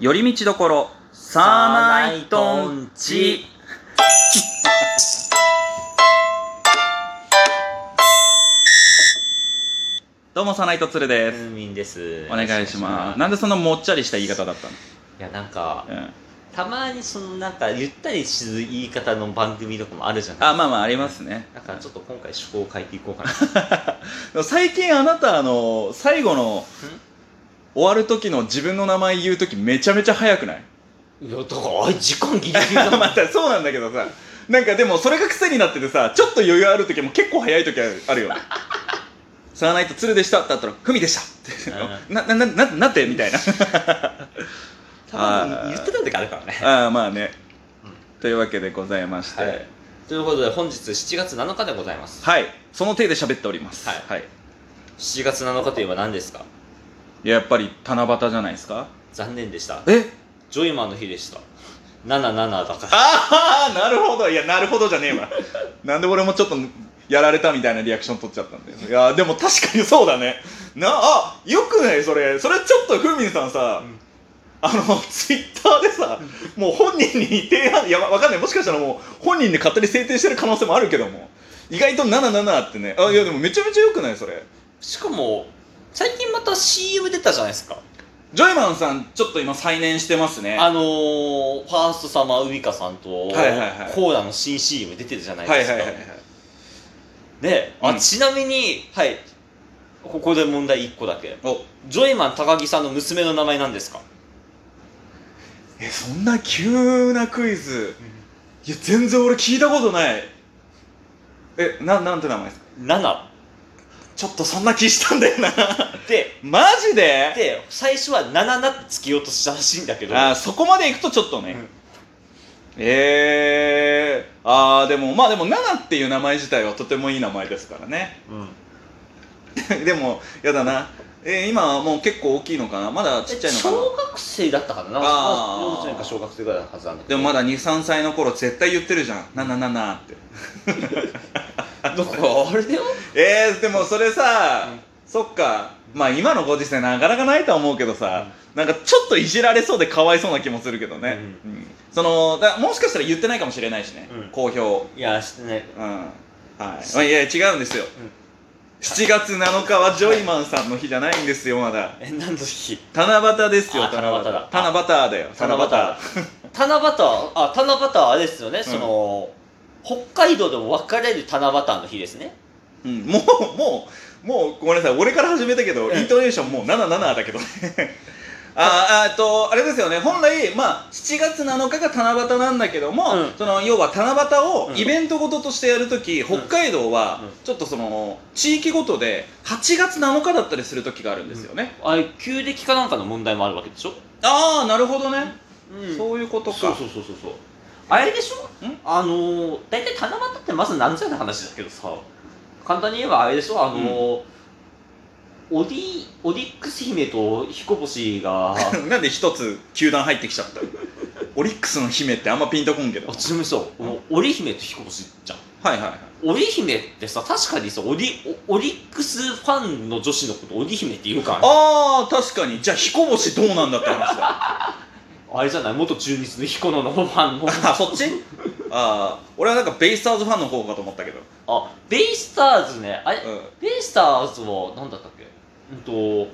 寄り道どころサーナイトンチ どうもサーナイトツルムです、ーミンですお願いしますいなんでそんなもっちゃりした言い方だったやなんかの、うん、たまにそのなんかゆったりする言い方の番組とかもあるじゃないあまあまあありますねだからちょっと今回趣向を変えていこう かな最近あなたあの最後の終わる時の自分の名前言う時めちゃめちゃ早くないいやだからあい時間ギリギリ だも んまたそうなんだけどさなんかでもそれが癖になっててさちょっと余裕ある時も結構早い時あるある よねサーナイト鶴でしたってあったら「ふみでした」ってなななななんてみたい なたまに言ってた時あるからねああまあねうんというわけでございましてははいい、ということで本日7月7日でございますその手で喋っておりますはいはい、 7月7日といえば何ですかいややっぱり七夕じゃないですか残念でしたえジョイマンの日でした77だからああなるほどいやなるほどじゃねえわなんで俺もちょっとやられたみたいなリアクション取っちゃったんだよ いやでも確かにそうだねなあよくないそれそれちょっとふみんさんさ、うんあのツイッターでさもう本人に提案いやわわかんないもしかしたらもう本人で勝手に制定してる可能性もあるけども意外と77ってねあいやでもめちゃめちゃよくないそれしかも最近また CM 出たじゃないですかジョイマンさんちょっと今再燃してますねあのー、ファーストサマーウイカさんと、はいはいはいコーラの新 CM 出てるじゃないはいではいすはか。いはいで、あうんちなみに、はい、ここで問題1個だけ。おジョイマン高木さんの娘の名前なんですかえそんな急なクイズいや全然俺聞いたことないえななんて名前ですか ?7。ちょっとそんな気したんだよな で、マジでで、最初は77ってつけようとしたらしいんだけど、あーそこまでいくとちょっとね、うんえー、あーでもまあでも「ナナ」っていう名前自体はとてもいい名前ですからね うんでもやだな、えー、今はもう結構大きいのかなまだちっちゃいのかな小学生だったかななんかあー幼稚園か小学生ぐらいのはずなんだけでど。もまだ23歳の頃絶対言ってるじゃん「ナナナナ」って だから、あれだよ。えー、でもそれさ、うんそっかまあ今のご時世なかなかないとは思うけどさ、なんかちょっといじられそうでかわいそうな気もするけどね、うんそのだもしかしたら言ってないかもしれないしね、うん好評いや、してない。うんはいまあ、いや違うんですよ、うん7月7日はジョイマンさんの日じゃないんですよまだえ、何の日七夕ですよあ七夕七夕だ七夕だよ七夕七夕あ七夕はあれですよね、その北海道でも分かれる七夕の日ですねうん、もうもうもうごめんなさい俺から始めたけど、うんイントネーションもう77だけどねあーあーっとあれですよね本来、まあ、7月7日が七夕なんだけども、うんその要は七夕をうんイベントごととしてやるとき、北海道はうんちょっとその地域ごとで8月7日だったりする時があるんですよね、あれ旧暦かなんかの問題もあるわけでしょ、ああなるほどね、うそうそういうことかそうそうそうそうあれでしょんあのー大体七夕ってまず何歳の話だけどさ簡単に言えばあれでしょあのーオリオリックス姫と彦星 が なんで一つ球団入ってきちゃったオリックスの姫ってあんまピンとこんけどあちなみにさお織姫と彦星じゃんはいはいはい織姫ってさ確かにさオリオオリックスファンの女子のこと織姫って言うからねああ確かにじゃあ彦星どうなんだって話だあれじゃない元中日の彦野のファンのあそっちああ俺はなんかベイスターズファンの方かと思ったけど、 あベイスターズねあれ、うん、ベイスターズは何だったっけうんと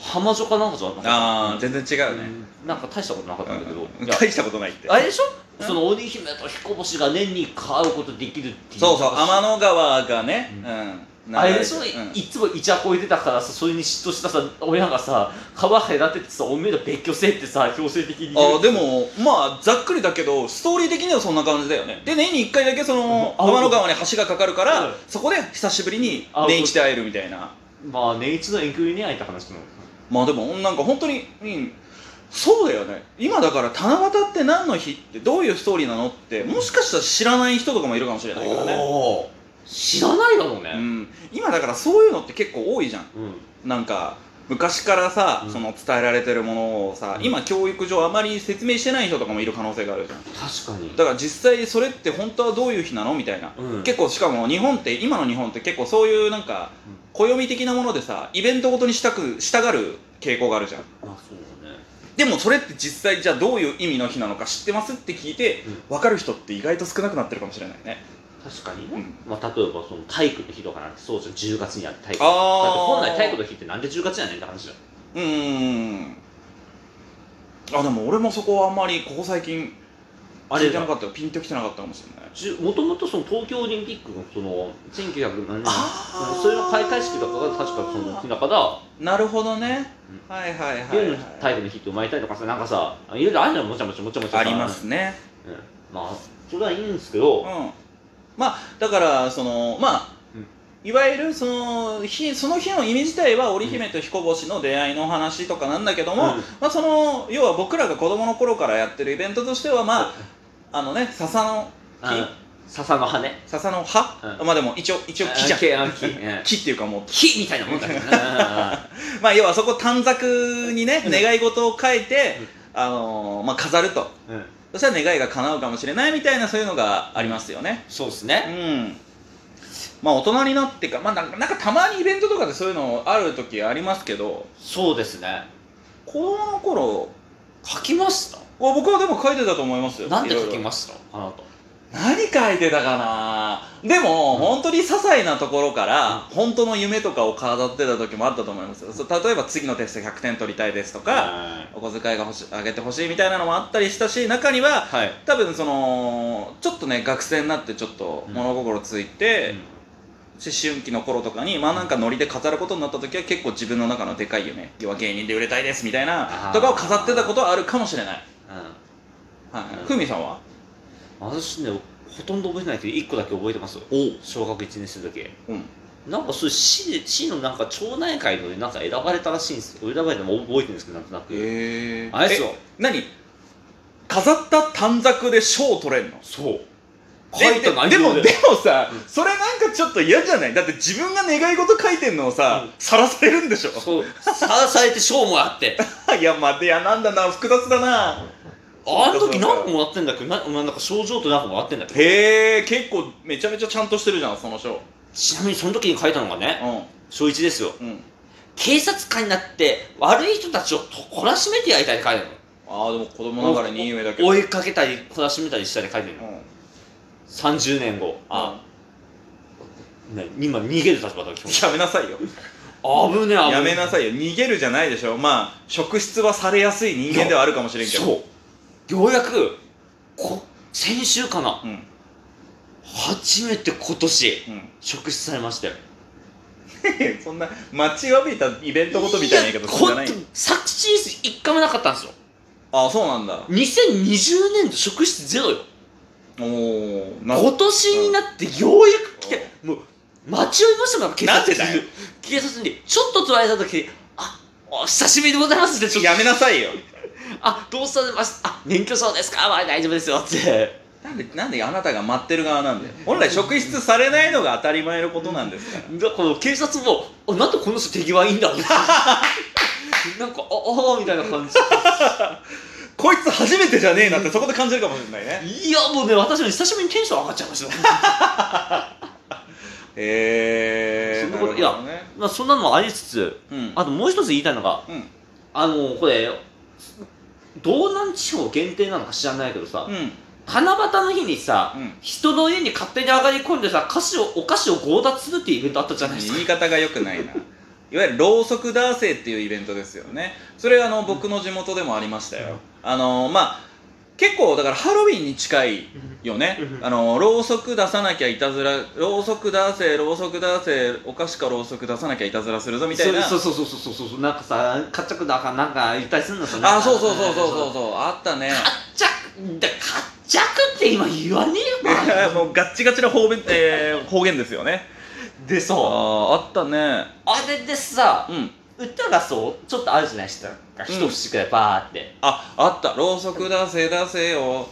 浜女かなんかじゃなかったああ全然違ううね、んなんか大したことなかったんだけど、うんいや大したことないってあれでしょ、うんその織姫と彦星が年に会うことできるっていうそうそう天の川がね、ううんあれでしょ、流れてうんいっつもイチャこいてたからさそれに嫉妬したさ親がさ川隔ててさおめえら別居せえってさ強制的にあーでもまあざっくりだけどストーリー的にはそんな感じだよねで年に1回だけそのうん天の川に橋がかかるから、うんそこで久しぶりにあ年一で会えるみたいなまあ年一の遠距離恋愛って話なのまあでもなんか本当に、うん、そうだよね今だから七夕って何の日ってどういうストーリーなのってもしかしたら知らない人とかもいるかもしれないからね、おー知らないだろううねん、今だからそういうのって結構多いじゃんうん、なんか昔からさ、うんその伝えられてるものをさ、うん今教育上あまり説明してない人とかもいる可能性があるじゃん確かにだから実際それって本当はどういう日なのみたいな、うん結構しかも日本って今の日本って結構そういうなんかうん暦的なものでさイベントごとにしたくしたがる傾向があるじゃんまあそうだねでもそれって実際じゃあどういう意味の日なのか知ってますって聞いて分かる人って意外と少なくなってるかもしれないね確かにうねん、まあ、例えばその体育の日とかなんてそうじゃん10月にある体育だっあて本来体育の日ってなんで10月やねんって話じゃんうーんあでも俺もそこはあんまりここ最近あ聞れいてながかったよピンときてなかったかもしれないもともとその東京オリンピックのその1900何年あーそれの開会式とかが確かその日だからなるほどね、はいはいはい、夜の体育の日って生まれたりとかさなんかさいろいろあるじゃんもちゃもちゃもちゃもちゃさありますねうんまあそれはいいんですけうど、んまあだからそのまあ、うんいわゆるその日その日の意味自体は織姫と彦星の出会いの話とかなんだけども、うんまあ、その要は僕らが子供の頃からやってるイベントとしてはまああのね笹の木、うん笹の羽笹の葉、うまあでも一応一応木じゃんあ木あ木う ん木っていうかもう木みたいなもんだけどね まあ要はそこ短冊にねうん願い事を書いて、あのーまあ、飾るとうんうんそしたら願いが叶うかもしれないみたいなそういうのがありますよねそうですうねんまあ大人になってか、まあ、なんかなんかたまにイベントとかでそういうのある時ありますけどそうですね子供の頃書きましたあ僕はでも書いてたと思いますよなんでいろい書ろきましたあなた何書いてたかなでも、うん本当に些細なところから、うん本当の夢とかを飾ってた時もあったと思いますよそう例えば次のテスト100点取りたいですとか、は、お小遣いが欲し上げてほしいみたいなのもあったりしたし中にはい多分そのちょっとね学生になってちょっとうん物心ついて、思春期の頃とかにまあなんかノリで飾ることになった時は結構自分の中のでかい夢要は芸人で売れたいですみたいなあーとかを飾ってたことはあるかもしれない、うはい、うんふみさんはん、私ねほとんど覚えてないけど1個だけ覚えてますお小学1年生だけうんなんかそういう市で市のなんか町内会のなんか選ばれたらしいんですよ選ばれたの覚えてるんですけどなんとなく、えあれですよ何飾った短冊で賞を取れんのそうえ書いた内でで容もででもさ、うんそれなんかちょっと嫌じゃないだって自分が願い事書いてんのをさうんさら、されるんでしょ そうさらされて賞もらっていやまあいやなんだな複雑だなあの時何個もらってんだっけななんか賞状と何個もらってんだっけへえ結構めちゃめちゃちゃんとしてるじゃんその賞ちなみにその時に書いたのがねう小1ですよんうん警察官になって悪い人たちを懲らしめてやりたいって書いてああでも子供ながらにいい夢だあけるのど追いかけたり懲らしめたりしたり書いてるうのん30年後あ、ね、今逃げる立場だ基やめなさいよ本危ねえ危ねえやめなさいよ逃げるじゃないでしょまあ職質はされやすい人間ではあるかもしれんけどそうようやくこ先週かなうん初めて今年うん 職質されましたよそんな待ちわびたイベントごとみたいな言い方するんじゃないやほんと昨シーズン1回もなかったんですよあそうなんだ2020年度職質ゼロよおおな今年になってようやく来て、もう待ち及びましたもん警察なにんでだよ警察にちょっと取られた時に「あお久しぶりでございます」ってちょっとやめなさいよあどうされますあ免許証ですかまあ大丈夫ですよ」ってなんでなんであなたが待ってる側なんで本来職質されないのが当たり前のことなんですからだから警察も「あなんでこの人手際いいんだろう」 なんか「ああ」みたいな感じこいつ初めてじゃねえなってそこで感じるかもしれないねいやもうね私も久しぶりにテンション上がっちゃいました へえそんなことなるほどねまあそんなのもありつつうんあともう一つ言いたいのがうんあのこれ道南地方限定なのか知らないけどさ、うん七夕の日にさうん人の家に勝手に上がり込んでさ菓子をお菓子を強奪するっていうイベントあったじゃないですか言い方が良くないないわゆるろうそくダーセイっていうイベントですよねそれあの僕の地元でもありましたよ、うんあのまあ結構だからハロウィンに近いよねうんあのろうそく出さなきゃいたずらろうそく出せろうそく出せお菓子かろうそく出さなきゃいたずらするぞみたいなそうそうそうそうそうそうそうなんかさかっちゃくだかなんか言ったりするんださあそうそうそうそうそうそうあったね かっちゃくだかっちゃくって今言わねえ わもうガッチガチな方言,、えー方言ですよねでさああああったねれでさうん歌がそうちょっとあるじゃないですか一節くらいバーって、ああったろうそく出せ出せよ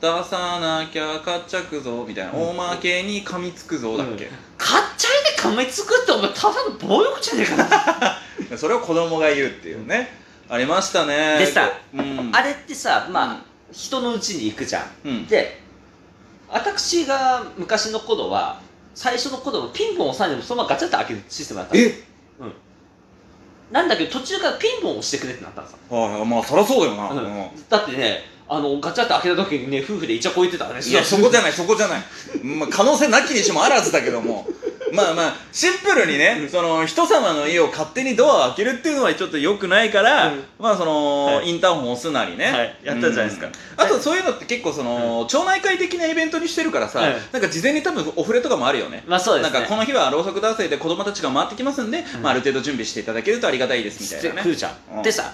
出さなきゃかっちゃくぞみたいな、うんおまけに噛みつくぞだっけ、かっちゃいで噛みつくってお前ただの暴力じゃねえかなそれを子供が言うっていうね、ありましたねでさうんあれってさまあ、人のうちに行くじゃんうんで私が昔の頃は最初の頃はピンポン押さないでもそのままガチャって開けるシステムだったのえうんなんだけど途中からピンポン押してくれってなったんですよ、はいまあそりゃそうだよな、ううんんだってねあのガチャって開けた時にね夫婦でイチャこいてた話いやそこじゃないそこじゃない、まあ、可能性なきにしもあらずだけどもまあまあシンプルにね、うんその人様の家を勝手にドアを開けるっていうのはちょっと良くないから、うんまあその、はインターホン押すなりね、はいやったじゃないですかうんあとそういうのって結構その、町内会的なイベントにしてるからさ、はいなんか事前に多分お触れとかもあるよねまあそうでなすんねかこの日はろうそく男性で子供たちが回ってきますんで、うんまあ、ある程度準備していただけるとありがたいですみたいなふねーちゃん、うんでさ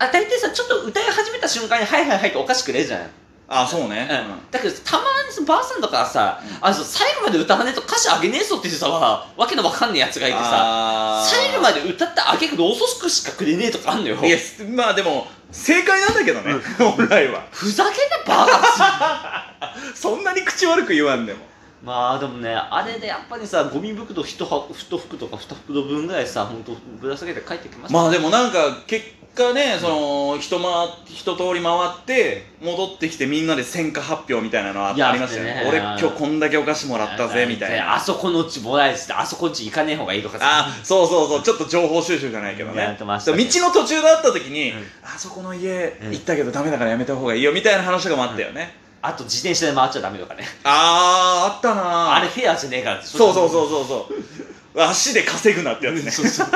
あ大体さちょっと歌い始めた瞬間に「はいはいはい」っておかしくねえじゃん、あそうね、うんだけどたまにそのばあさんとかはさ、うんあの最後まで歌わねえと歌詞あげねえぞっていうさわけのわかんねえやつがいてさあー最後まで歌ってあげくの遅くしかくれねえとかあんのよいやすまあでも正解なんだけどね、本来はふざけんなバカっすそんなに口悪く言わんでも まあでもねあれでやっぱりさゴミ袋一箱一袋とか二袋分ぐらいさ本当ぶら下げて帰ってきましたまあでもなんか結果ねその一回一通り回って戻ってきてみんなで戦果発表みたいなのはあいやありましたよねあって俺ね今日こんだけお菓子もらったぜみたいであなそこのうちもらえずってあそこのうち行かねえ方がいいとかさあそうそうそうちょっと情報収集じゃないけどやっねてまし道たねの途中で会った時に、うんあそこの家うん行ったけどダメだからやめた方がいいよみたいな話とかもあったよね、あと自転車で回っちゃダメとかねあーあったなーあれフェアじゃねえからってそうそううそうそうそう足で稼ぐなってやつねそうそう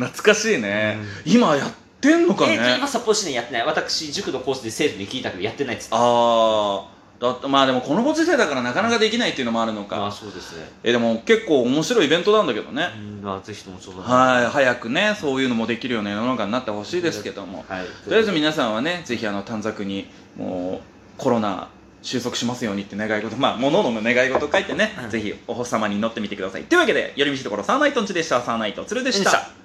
懐かしいね、今やってんのかね、えーと今札幌市内やってない私塾のコースで生徒に聞いたけどやってないっつってああだってまあでもこのご時世だからなかなかできないっていうのもあるのまあか、そうですねえでも結構面白いイベントなんだけどね、うんまあぜひともちょうどはい早くねそういうのもできるような世の中になってほしいですけども、はいとりあえず皆さんはねぜひあの短冊にもうコロナ収束しますようにって願い事まあものの願い事を書いてね、うんぜひお星様に祈ってみてくださいというわけで寄り道所サーナイトンチでしたサーナイト鶴ででししたた